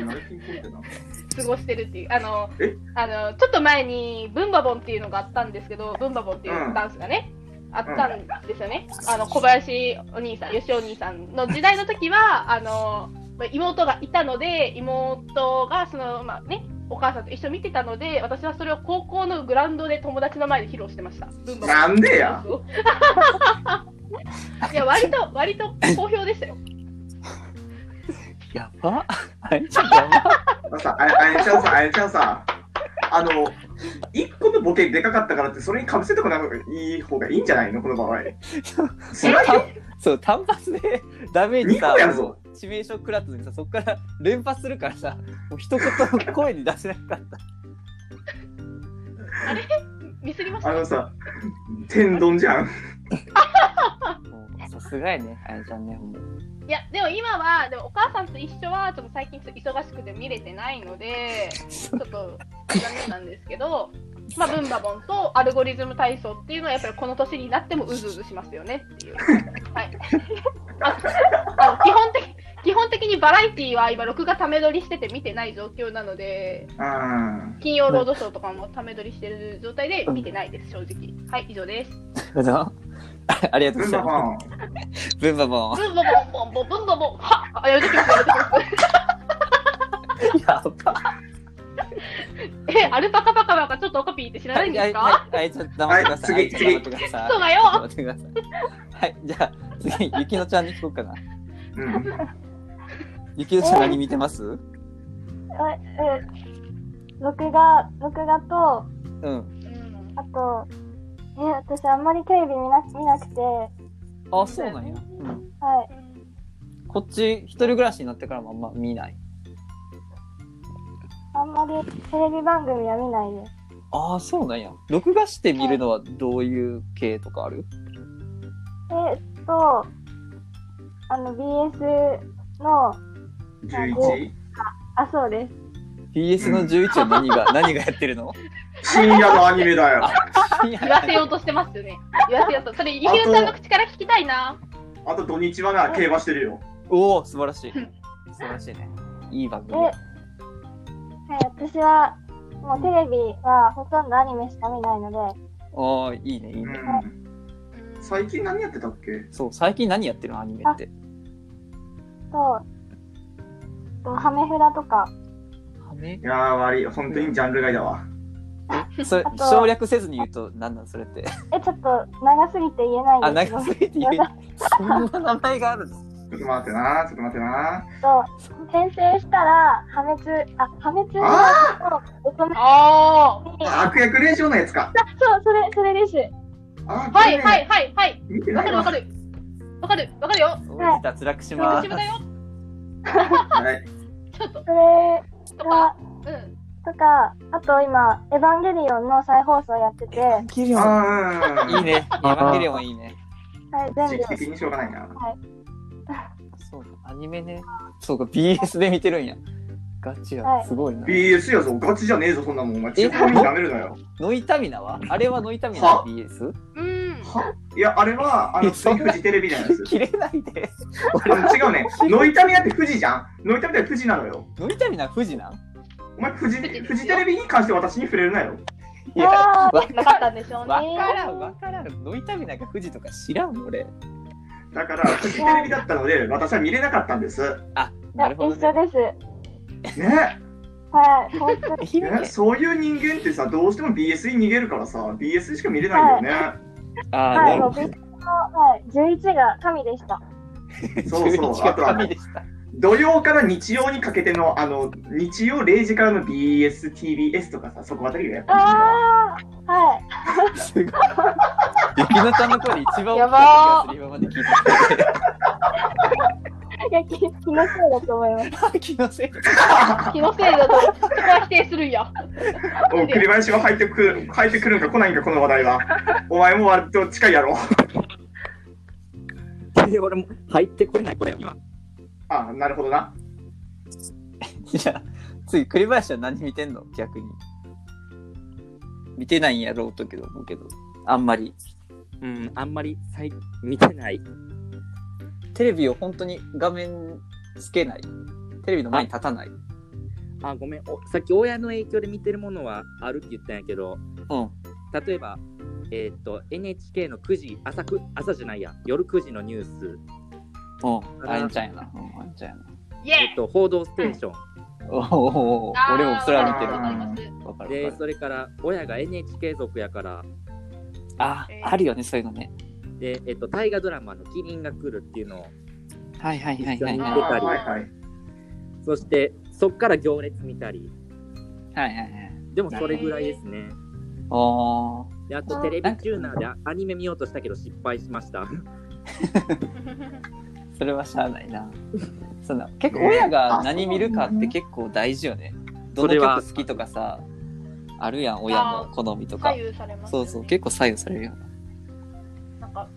Speaker 2: 過ごしてるっていうあの
Speaker 4: え
Speaker 2: あのちょっと前にブンバボンっていうのがあったんですけどブンバボンっていうダンスがね、あったんですよね、あの小林お兄さん吉お兄さんの時代の時はあのまあ妹がいたので妹がその、まあね、お母さんと一緒に見てたので私はそれを高校のグラウンドで友達の前で披露してました。ブンバボン
Speaker 4: なんでや
Speaker 2: いや割と割と好評でしたよ。
Speaker 1: やばあいちゃんやば
Speaker 4: さああやちゃんさん、あやちゃんさん、あの、一個のボケでかかったからって、それにかぶせてこない方がいいんじゃないのこの場 合。辛いよ。
Speaker 1: そう、単発でダメージさ
Speaker 4: 二個やるぞ、
Speaker 1: 致命傷食らったのにさ、そこから連発するからさ、もう一言声に出せなかった。
Speaker 2: あれミスりまし
Speaker 4: あ
Speaker 2: た
Speaker 4: のさ、天丼じゃん。
Speaker 1: もうさすがやね、あやちゃんね。もう
Speaker 2: いや、でも今は、でもお母さんと一緒は、ちょっと最近ちょっと忙しくて見れてないので、ちょっと残念なんですけど、まあ、ブンバボンとアルゴリズム体操っていうのは、やっぱりこの年になってもうずうずしますよねっていう。はい。あの基本的基本的にバラエティーは今、録画ため撮りしてて見てない状況なので、
Speaker 4: うん。
Speaker 2: 金曜ロードショーとかもため撮りしてる状態で見てないです、正直。はい、以上です。
Speaker 1: どうぞありがとう
Speaker 4: ブ
Speaker 1: ご
Speaker 4: ン
Speaker 1: ざい
Speaker 4: バフ
Speaker 1: ま
Speaker 4: ァン。
Speaker 1: す。ブンバボン。
Speaker 2: ブンバボンボンボン、ブンバボン、はっあ、やめてきます、やめてきます。
Speaker 1: やば
Speaker 2: え、アルパカパカパカちょっとオカピーって知らないんです
Speaker 1: は
Speaker 2: か
Speaker 1: い、はい、はい、ちょっと黙ってください。
Speaker 4: はい
Speaker 1: ちょ
Speaker 4: 次
Speaker 1: っと黙ってください。
Speaker 2: そうだよ
Speaker 1: 黙ってください。はい、じゃあ次、ゆきのちゃんに聞こうかな。
Speaker 4: うん。
Speaker 1: ゆきのちゃん何見てますうん。
Speaker 3: あえ録画、録画と、
Speaker 2: うん
Speaker 3: あと、え、私あんまりテレビ見な見なくて、は
Speaker 1: あ、そうなんや。うん、
Speaker 3: い。
Speaker 1: こっち、一人暮らしになってからもあんま見ない。
Speaker 3: あんまりテレビ番組は見ないです。
Speaker 1: ああ、そうなんや。録画して見るのはどういう系とかある
Speaker 3: えーっと、あの、BS の、
Speaker 4: 11。
Speaker 3: あ、そうです。
Speaker 1: ?BS の11は何が、何がやってるの
Speaker 4: 深夜のアニメだよ。
Speaker 1: 言
Speaker 2: 言わせようとしてますよね。言わせようと。それ、ゆきゅうさんの口から聞きたいな。
Speaker 4: あと土日はな、競馬してるよ。
Speaker 1: おお、素晴らしい。素晴らしいね。いい番組。
Speaker 3: えはい、私は、もうテレビはほとんどアニメしか見ないので、
Speaker 1: ああ、いいね、いいうね。
Speaker 4: ん。最近何やってたっけ
Speaker 1: そう、最近何やってるのアニメって。
Speaker 3: と、とハメフラとか、
Speaker 1: はね
Speaker 4: いやー、悪い。本当にジャンル外だわ。
Speaker 1: それ
Speaker 3: あと
Speaker 1: 省略せずに言うと、何なんそれって。
Speaker 3: え、ちょっと長すぎて言えない
Speaker 1: あ、
Speaker 3: んですけ
Speaker 1: 長
Speaker 3: ど、
Speaker 1: すぎて言えない。そんな名前があるの
Speaker 4: ちょっと待ってな、ちょっと待ってな。
Speaker 3: と、転生したら破滅、あ、破滅
Speaker 4: あ
Speaker 3: の乙女
Speaker 2: あ
Speaker 3: に、
Speaker 4: 悪役令嬢のやつか。
Speaker 3: そう、それ、それです。
Speaker 4: あ。
Speaker 2: あ。はい、はいい、はい、はい。
Speaker 4: 見て
Speaker 2: わか
Speaker 4: ない
Speaker 2: る、わか
Speaker 4: わ。
Speaker 2: る。わかる、わかるよ。
Speaker 1: 大き脱落しま
Speaker 2: 私
Speaker 1: す
Speaker 2: も。だよ。
Speaker 4: はい。
Speaker 2: ちょっと、
Speaker 3: それ
Speaker 2: と
Speaker 3: が
Speaker 2: か。、うん。
Speaker 3: とか、あと今、エヴァンゲリオンの再放送やってて、はい、
Speaker 1: ギリオン。
Speaker 4: あ
Speaker 1: いい
Speaker 4: ー。
Speaker 1: ね。エヴァンゲリオンはいいね。
Speaker 3: 全
Speaker 4: 時
Speaker 3: 部
Speaker 4: 期。的にしょうがないな。
Speaker 1: そうか、アニメね。そうか、BS で見てるんや。ガチ
Speaker 3: は
Speaker 1: や、
Speaker 3: い
Speaker 1: すごいな。
Speaker 4: BS やぞ、ガチじゃねえぞ、そんなもん。お前、
Speaker 1: え
Speaker 4: ツッコミ舐めるなよ。
Speaker 1: ノイタミナはあれはノイタミナの BS?
Speaker 2: うん。
Speaker 4: いや、あれは、あの、
Speaker 1: そんな
Speaker 4: フジテレビじゃないです。
Speaker 1: 切れないで。
Speaker 4: あの違うね。ノイタミナって富士じゃん。ノイタミナって富士なのよ。
Speaker 1: ノイタミナ富士なん
Speaker 4: お前、富士、富士テレビに関して私に触れるなよ。
Speaker 1: いや、わか
Speaker 2: なかったんでしょうね。
Speaker 1: わからん、わからん。ノイタミナが富士とか知らん、俺。
Speaker 4: だ から、富士テレビだったので、私は見れなかったんです。
Speaker 1: あ、なる
Speaker 3: あ
Speaker 1: ほど
Speaker 3: 一緒
Speaker 1: ね。
Speaker 3: です。
Speaker 4: ね。
Speaker 3: はい、本当に。
Speaker 1: 愛媛
Speaker 4: ね
Speaker 1: 県
Speaker 4: そういう人間ってさ、どうしても BS に逃げるからさ、BS しか見れないんだよね。
Speaker 1: あー、
Speaker 3: は、
Speaker 1: ないる
Speaker 3: も
Speaker 1: ほど。
Speaker 3: う勉強の、はい、11が神でした。
Speaker 4: そうそう
Speaker 1: 11
Speaker 4: あと
Speaker 1: 月
Speaker 4: あの
Speaker 1: 神でした。
Speaker 4: 土曜から日曜にかけての、あの、日曜0時からの BS、TBS とかさ、そこあたりがやっぱりいいな。
Speaker 3: ああ、はい。
Speaker 1: すごい。雪乃ちゃんの声で一番
Speaker 3: や
Speaker 1: 大き
Speaker 3: ば
Speaker 1: かった気がする、今まで聞いて
Speaker 3: いや、気気のせいだと思います。
Speaker 1: て。気のせ い。
Speaker 2: 気のせいだと、そこは否定するんや。
Speaker 4: おう栗林は入ってくる、入ってくるんか来ないんか、この 話題は。お前も割と近いやろ。
Speaker 5: で、俺も入ってこれない、これ。今
Speaker 4: あ、なるほどな。
Speaker 1: じゃあ、次、栗林は何見てんの逆に。見てないんやろうとけど、思うけど。あんまり。
Speaker 5: うん、あんまり最見てない。
Speaker 1: テレビを本当に画面つけない。テレビの前に立たない。
Speaker 5: あ、ごめん。おさっき親の影響で見てるものはあるって言ったんやけど、
Speaker 1: うん。
Speaker 5: 例えば、えーっと、NHK の9時、朝く朝じゃないや、夜9時のニュース、
Speaker 1: うん。
Speaker 5: あ
Speaker 1: あやんちゃんやな。うん、あやんちゃんやな。
Speaker 2: イ
Speaker 5: えーっ
Speaker 2: ェ
Speaker 5: と、報道ステーション、
Speaker 1: おーおーおー
Speaker 2: ー
Speaker 1: 俺もそれは見てる。
Speaker 4: あ
Speaker 1: わ
Speaker 2: わかります
Speaker 1: かるわ
Speaker 5: で、
Speaker 1: かる。
Speaker 5: それから、親が NHK 族やから、
Speaker 1: あ
Speaker 2: え、ー
Speaker 1: あるよね、そういうのね。
Speaker 5: で、えーっと、大河ドラマのキリンが来るっていうのを、
Speaker 1: はいはいはいはい
Speaker 5: 一緒に
Speaker 4: あ
Speaker 1: はい。
Speaker 5: 見
Speaker 1: は
Speaker 5: て
Speaker 1: い
Speaker 4: ー
Speaker 5: た
Speaker 4: はいはい。
Speaker 5: そして、そっから行列見たり、
Speaker 1: はいはい。
Speaker 5: でもそれぐらいですね。
Speaker 1: あ
Speaker 5: であと、テレビチューナーでアアニメ見ようとしたけど失敗しました。
Speaker 1: あ、それはしゃあないな。そんな結構親が何見るかって結構大事よね。ど
Speaker 5: そ
Speaker 1: の
Speaker 5: れは
Speaker 1: 曲好きとかさ、あるやん、親の好みとか
Speaker 2: 左。右されます、
Speaker 1: そうそう、結構左右されるよな。
Speaker 2: なんか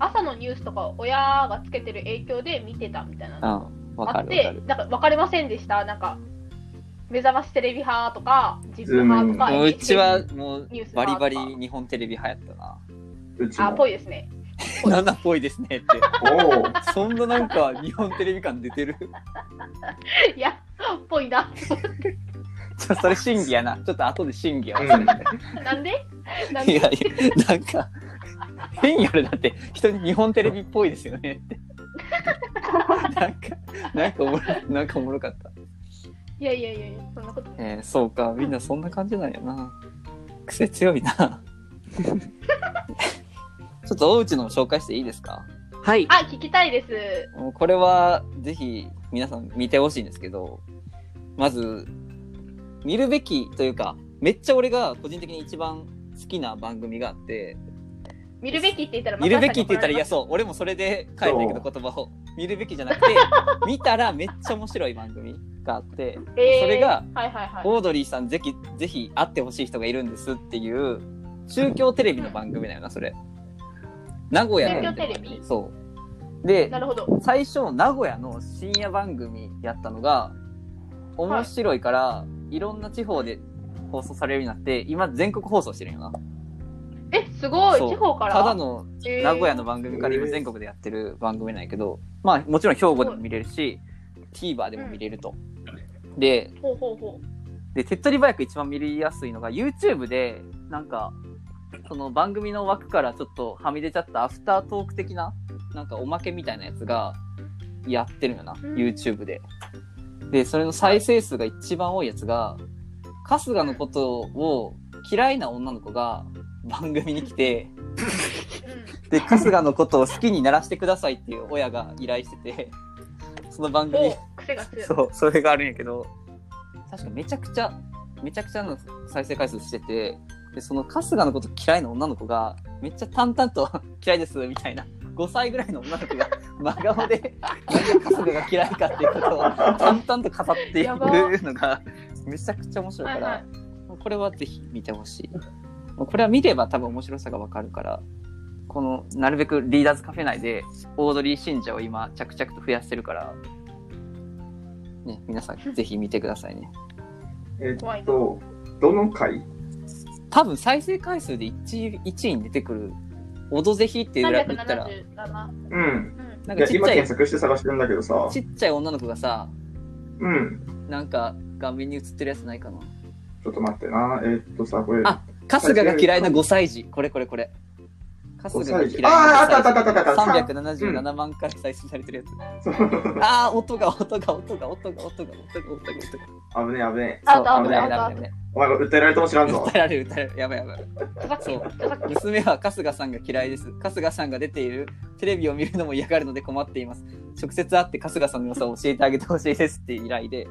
Speaker 2: 朝のニュースとか親がつけてる影響で見てたみたいなの
Speaker 1: うん、わ
Speaker 2: あ
Speaker 1: か
Speaker 2: っ
Speaker 1: るわ
Speaker 2: て
Speaker 1: かる。
Speaker 2: なんか分かりませんでしたなんか目覚ましテレビ派とかジブ派とか
Speaker 1: もうう
Speaker 2: NHK
Speaker 1: ちはもう
Speaker 2: ニュース
Speaker 1: バリバリ日本テレビ流行ったな。
Speaker 4: うち
Speaker 2: あぽ
Speaker 4: も。
Speaker 2: いですね
Speaker 1: なんだっぽいですねって。
Speaker 4: おう
Speaker 1: そんななんか日本テレビ感出てる。
Speaker 2: いやぽいな
Speaker 1: ちょそれ審議やな。ちょっと後で審 議やわ。
Speaker 4: うん
Speaker 2: なん でなん
Speaker 1: いやい
Speaker 2: で
Speaker 1: や、なんか、変やろ、だって、人に日本テレビっぽいですよね って。なんか、なんかおもろなんかおもろかった。
Speaker 2: いやいやいやいやそんなことない
Speaker 1: えー、そうか、みんなそんな感じなんやな。癖強い な。ちょっとおうちのも紹介していいですか
Speaker 5: はい。
Speaker 2: あ聞きたいです
Speaker 1: もうこれは、ぜひ、皆さん見てほしいんですけど、まず、見るべきというか、めっちゃ俺が個人的に一番好きな番組があって、
Speaker 2: 見るべきって言ったら
Speaker 1: 見るべきって言ったら、いや、
Speaker 2: 安
Speaker 1: そう、俺もそれで書いたけど、言葉を。見るべきじゃなく て、見たらめっちゃ面白い番組があって、
Speaker 2: そ
Speaker 1: それが
Speaker 2: はいはいはい
Speaker 1: オードリーさん、ぜひ、ぜひ会ってほしい人がいるんですっていう、宗教テレビの番組だよな、それ。名古屋の
Speaker 2: 宗教テレビ
Speaker 1: そう。で
Speaker 2: な、るほど
Speaker 1: 最初、名古屋の深夜番組やったのが、面白いから、い、ろんな地方で放送されるようになって、今全国放送してるよな。
Speaker 2: えすごい
Speaker 1: そう
Speaker 2: 地方から
Speaker 1: ただの
Speaker 2: えー
Speaker 1: 名古屋の番組から今全国でやってる番組なんやけど、まあもちろん兵庫でも見れるし、TVer でも見れると。で、
Speaker 2: ほうほうほ
Speaker 1: で、手っ取り早く一番見りやすいのが YouTube で、なんか、その番組の枠からちょっとはみ出ちゃったアフタートーク的な、なんかおまけみたいなやつがやってるのよな、
Speaker 2: ん
Speaker 1: YouTube で。で、それの再生数が一番多いやつが、春日のことを嫌いな女の子が番組に来て、
Speaker 2: う、うん
Speaker 1: で春日のことを好きにならしてくださいっていう親が依頼しててその 番組
Speaker 2: お癖が強い
Speaker 1: そうそれがあるんやけど確かめちゃくちゃめちゃくちゃの再生回数しててでその春日のこと嫌いな女の子がめっちゃ淡々と 嫌いですみたいな5歳ぐらいの女の子 が真顔でなんで春日が嫌いかっていうことを淡々と語ってい
Speaker 2: やば
Speaker 1: るのがめちゃくちゃ面白いから、
Speaker 2: はいはい
Speaker 1: これはぜひ見てほしいこれは見れば多分面白さがわかるからこのなるべくリーダーズカフェ内でオードリー信者を今着々と増やしてるから、ね、皆さ んぜひ見てくださいね
Speaker 4: えっと、どの回
Speaker 1: 多分再生回数で 1, 1位に出てくる「オドぜひ」っていうぐらい言ったら
Speaker 2: 377
Speaker 4: うん。
Speaker 2: うん
Speaker 1: なんか
Speaker 4: いや、
Speaker 1: ちっ
Speaker 4: 今
Speaker 1: ちゃ
Speaker 4: 検
Speaker 1: い
Speaker 4: 索して探してるんだけどさ。
Speaker 1: ちっちゃい女の子がさ
Speaker 4: うん。
Speaker 1: なんか画面に映ってるやつないかな
Speaker 4: ちょっと待ってな。えっとさ、これ。
Speaker 1: あ春日が嫌いな5歳児これこれこれ春日が嫌いな
Speaker 4: あーあったあったあったあったあった
Speaker 1: 377万回再生されてるやつ。
Speaker 4: そう
Speaker 1: ああ、音が、音が、音が、音が、音が、音が、音が、音が。
Speaker 4: 危ねえ危ねえ。
Speaker 3: あと
Speaker 1: そう危ない、危ない、危ない。
Speaker 4: お前訴えられても知らん ぞ
Speaker 1: 訴。えられる、訴えられる。やばい、やばい。そう。娘は春日さんが嫌いです。春日さんが出ているテレビを見るのも嫌がるので困っています。直接会って春日さんの良さを教えてあげてほしいですっていう依頼で。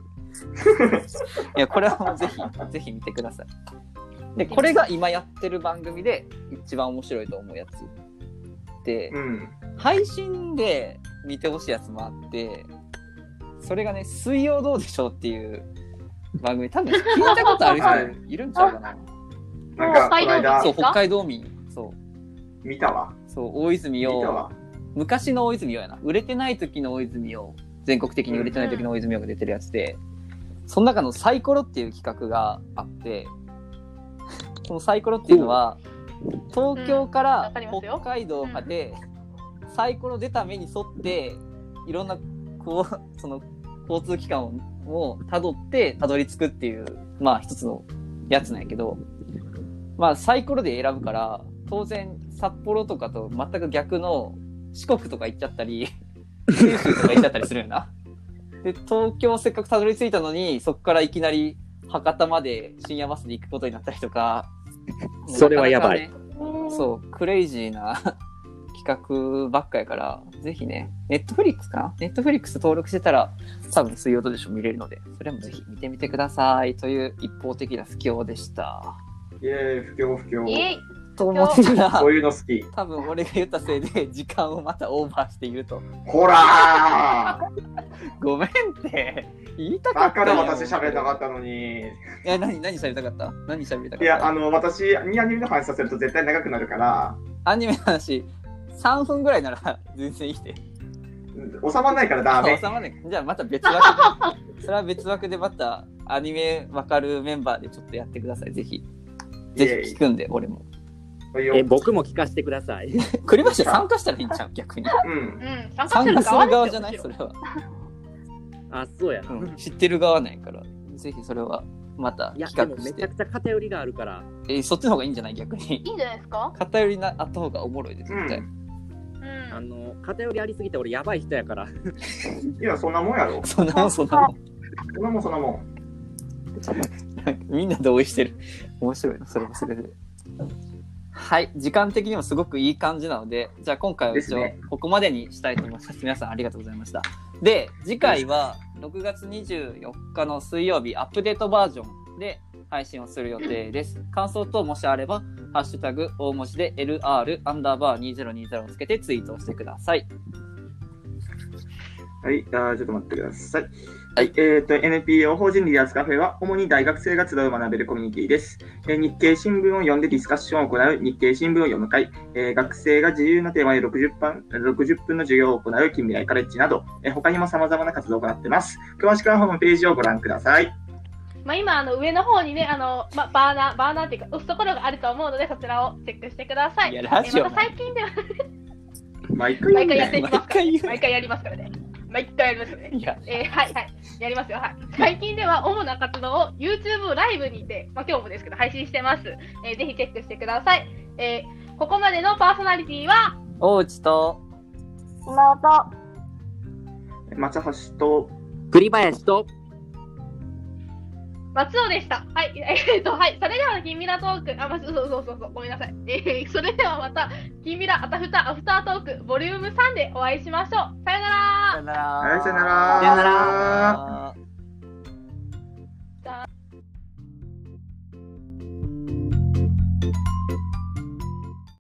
Speaker 1: いや、これはもうぜひ、ぜひ見てください。で、これが今やってる番組で一番面白いと思うやつ。で、
Speaker 4: うん。
Speaker 1: 配信で見てほしいやつもあって、それがね、水曜どうでしょうっていう番組、多分聞いたことある人いるんちゃうかな。
Speaker 4: なんか、
Speaker 1: そう、
Speaker 2: 北海道で
Speaker 4: この間
Speaker 2: すか
Speaker 1: 北海道民。そう。
Speaker 4: 見たわ。
Speaker 1: そう、大泉
Speaker 4: 見た
Speaker 1: 洋。
Speaker 4: わ。
Speaker 1: 昔の大泉洋やな。売れてない時の大泉洋。全国的に売れてない時の大泉洋が出てるやつで、その中のサイコロっていう企画があって、 そのサイコロっていうのは、東京か
Speaker 2: うん
Speaker 1: ら
Speaker 2: わかります
Speaker 1: 北
Speaker 2: よ
Speaker 1: 海道まで、サイコロ出た目に沿って、いろんな、こう、 その、交通機関をを辿って、たどり着くっていう、まあ一つのやつなんやけど、まあサイコロで選ぶから、当然札幌とかと全く逆の四国とか行っちゃったり、九州とか行っちゃったりするよな。で、東京せっかくたどり着いたのに、そこからいきなり博多まで深夜バスで行くことになったりとか。
Speaker 5: それはやばい
Speaker 1: なかなかねそう、クレイジーな 企画ばっかやから、ぜひね、ネットフリックスかなネットフリックス登録してたら、多分水曜どうでしょう見れるので、それもぜひ見てみてくださいという一方的な不況でした。
Speaker 4: イェーイ、不況不
Speaker 2: イエ
Speaker 4: 況。
Speaker 2: イ
Speaker 1: と思ったら
Speaker 4: こ、ういうの好き。
Speaker 1: 多分俺が言ったせいで時間をまたオーバーしていると。
Speaker 4: ほらー
Speaker 1: ごめんって言いたか
Speaker 4: だ
Speaker 1: った
Speaker 4: か
Speaker 1: よ。
Speaker 4: ら私喋れなかったのに。
Speaker 1: え、何、何喋りたかった何喋りたかった
Speaker 4: いや、あの、私にアニメの話させると絶対長くなるから、
Speaker 1: アニメの話、3分ぐらいなら全然いいで。
Speaker 4: 収まらないからダメ
Speaker 1: 収。まらないじゃあまた別枠 で、それは別枠でまたアニメわかるメンバーでちょっとやってください、ぜひ。ぜひ聞くんで、俺も。
Speaker 4: いいよ
Speaker 5: え、僕も聞かせてください。
Speaker 1: 栗林参加したらいいん ちゃう逆に。
Speaker 4: うん。
Speaker 2: うん、参加
Speaker 1: 参
Speaker 2: す
Speaker 1: 加
Speaker 2: る
Speaker 1: する側
Speaker 2: 側
Speaker 1: じゃないそ
Speaker 2: れ。
Speaker 1: れは、
Speaker 5: あ、そうやな。
Speaker 1: うん知ってる側ないから。ぜひそれはまた
Speaker 5: いや、
Speaker 1: 企
Speaker 5: でも
Speaker 1: 画
Speaker 5: め
Speaker 1: し
Speaker 5: ちゃ
Speaker 1: て。
Speaker 5: くちゃ偏りがあるから。
Speaker 1: えーそっちの方がいいんじゃない逆に。
Speaker 2: いいんじゃないですか
Speaker 1: 偏りなあった方がおもろいです、
Speaker 4: う
Speaker 1: 絶対。
Speaker 4: ん。
Speaker 2: う
Speaker 5: あ
Speaker 2: ん。
Speaker 5: の偏りありすぎて俺やばい人やから。
Speaker 4: いや、そんなもんやろ。
Speaker 1: そんなもん、そんな もん。
Speaker 4: そんなもん、そんなもん。
Speaker 1: なんかみんな同意してる。面白いな、それもそれで。はい、時間的にもすごくいい感じなので、じゃあ今回は一応
Speaker 4: です
Speaker 1: ここまでにしたいと思います。皆さんありがとうございました。で、次回は6月24日の水曜日、アップデートバージョンで配信をする予定です。感想等もしあれば、ハッシュタグ大文字で LR アンダーバー2020をつけてツイートをしてください。
Speaker 4: はい、あーちょっと待ってください。はい、えっ、と、NPO 法人リダースカフェは、主に大学生が集う学べるコミュニティです。えー日経新聞を読んでディスカッションを行う日経新聞を読む会、えー学生が自由なテーマで60分 ,60 分の授業を行う近未来カレッジなど、えー他にも様々な活動を行ってます。詳しくはホームページをご覧ください。
Speaker 2: まあ今、あの、上の方にね、あの、まあ、バーナー、バーナーっていうか、押すところがあると思うので、そちらをチェックしてください。
Speaker 1: いやラジオ
Speaker 2: えまた最 近では、
Speaker 4: 毎回言うん
Speaker 2: 毎回
Speaker 4: だ
Speaker 2: や
Speaker 4: よ
Speaker 2: っていきますか
Speaker 1: 毎
Speaker 2: ら、
Speaker 1: 回言う
Speaker 2: 毎回やりますからね。毎回やりますよね。
Speaker 1: いや、
Speaker 2: えーはいはい。やりますよ。はい。最近では主な活動を YouTube ライブにて、まあ、今日もですけど、配信してます。えーぜひチェックしてください。えーここまでのパーソナリティは、
Speaker 1: おうちと、
Speaker 3: 今音。
Speaker 4: 松橋と、
Speaker 5: 栗林と
Speaker 2: 松尾でした。はい。 えーっと、はい。それでは、金ミラトーク、あ、ま、そうそうそうそうそう、ごめんなさい。えーそれではまた、金ミラアタフタアフタートーク、ボリューム3でお会いしましょう。さよなら
Speaker 1: 哎さよなら。
Speaker 4: はいさよなら
Speaker 1: さよなら。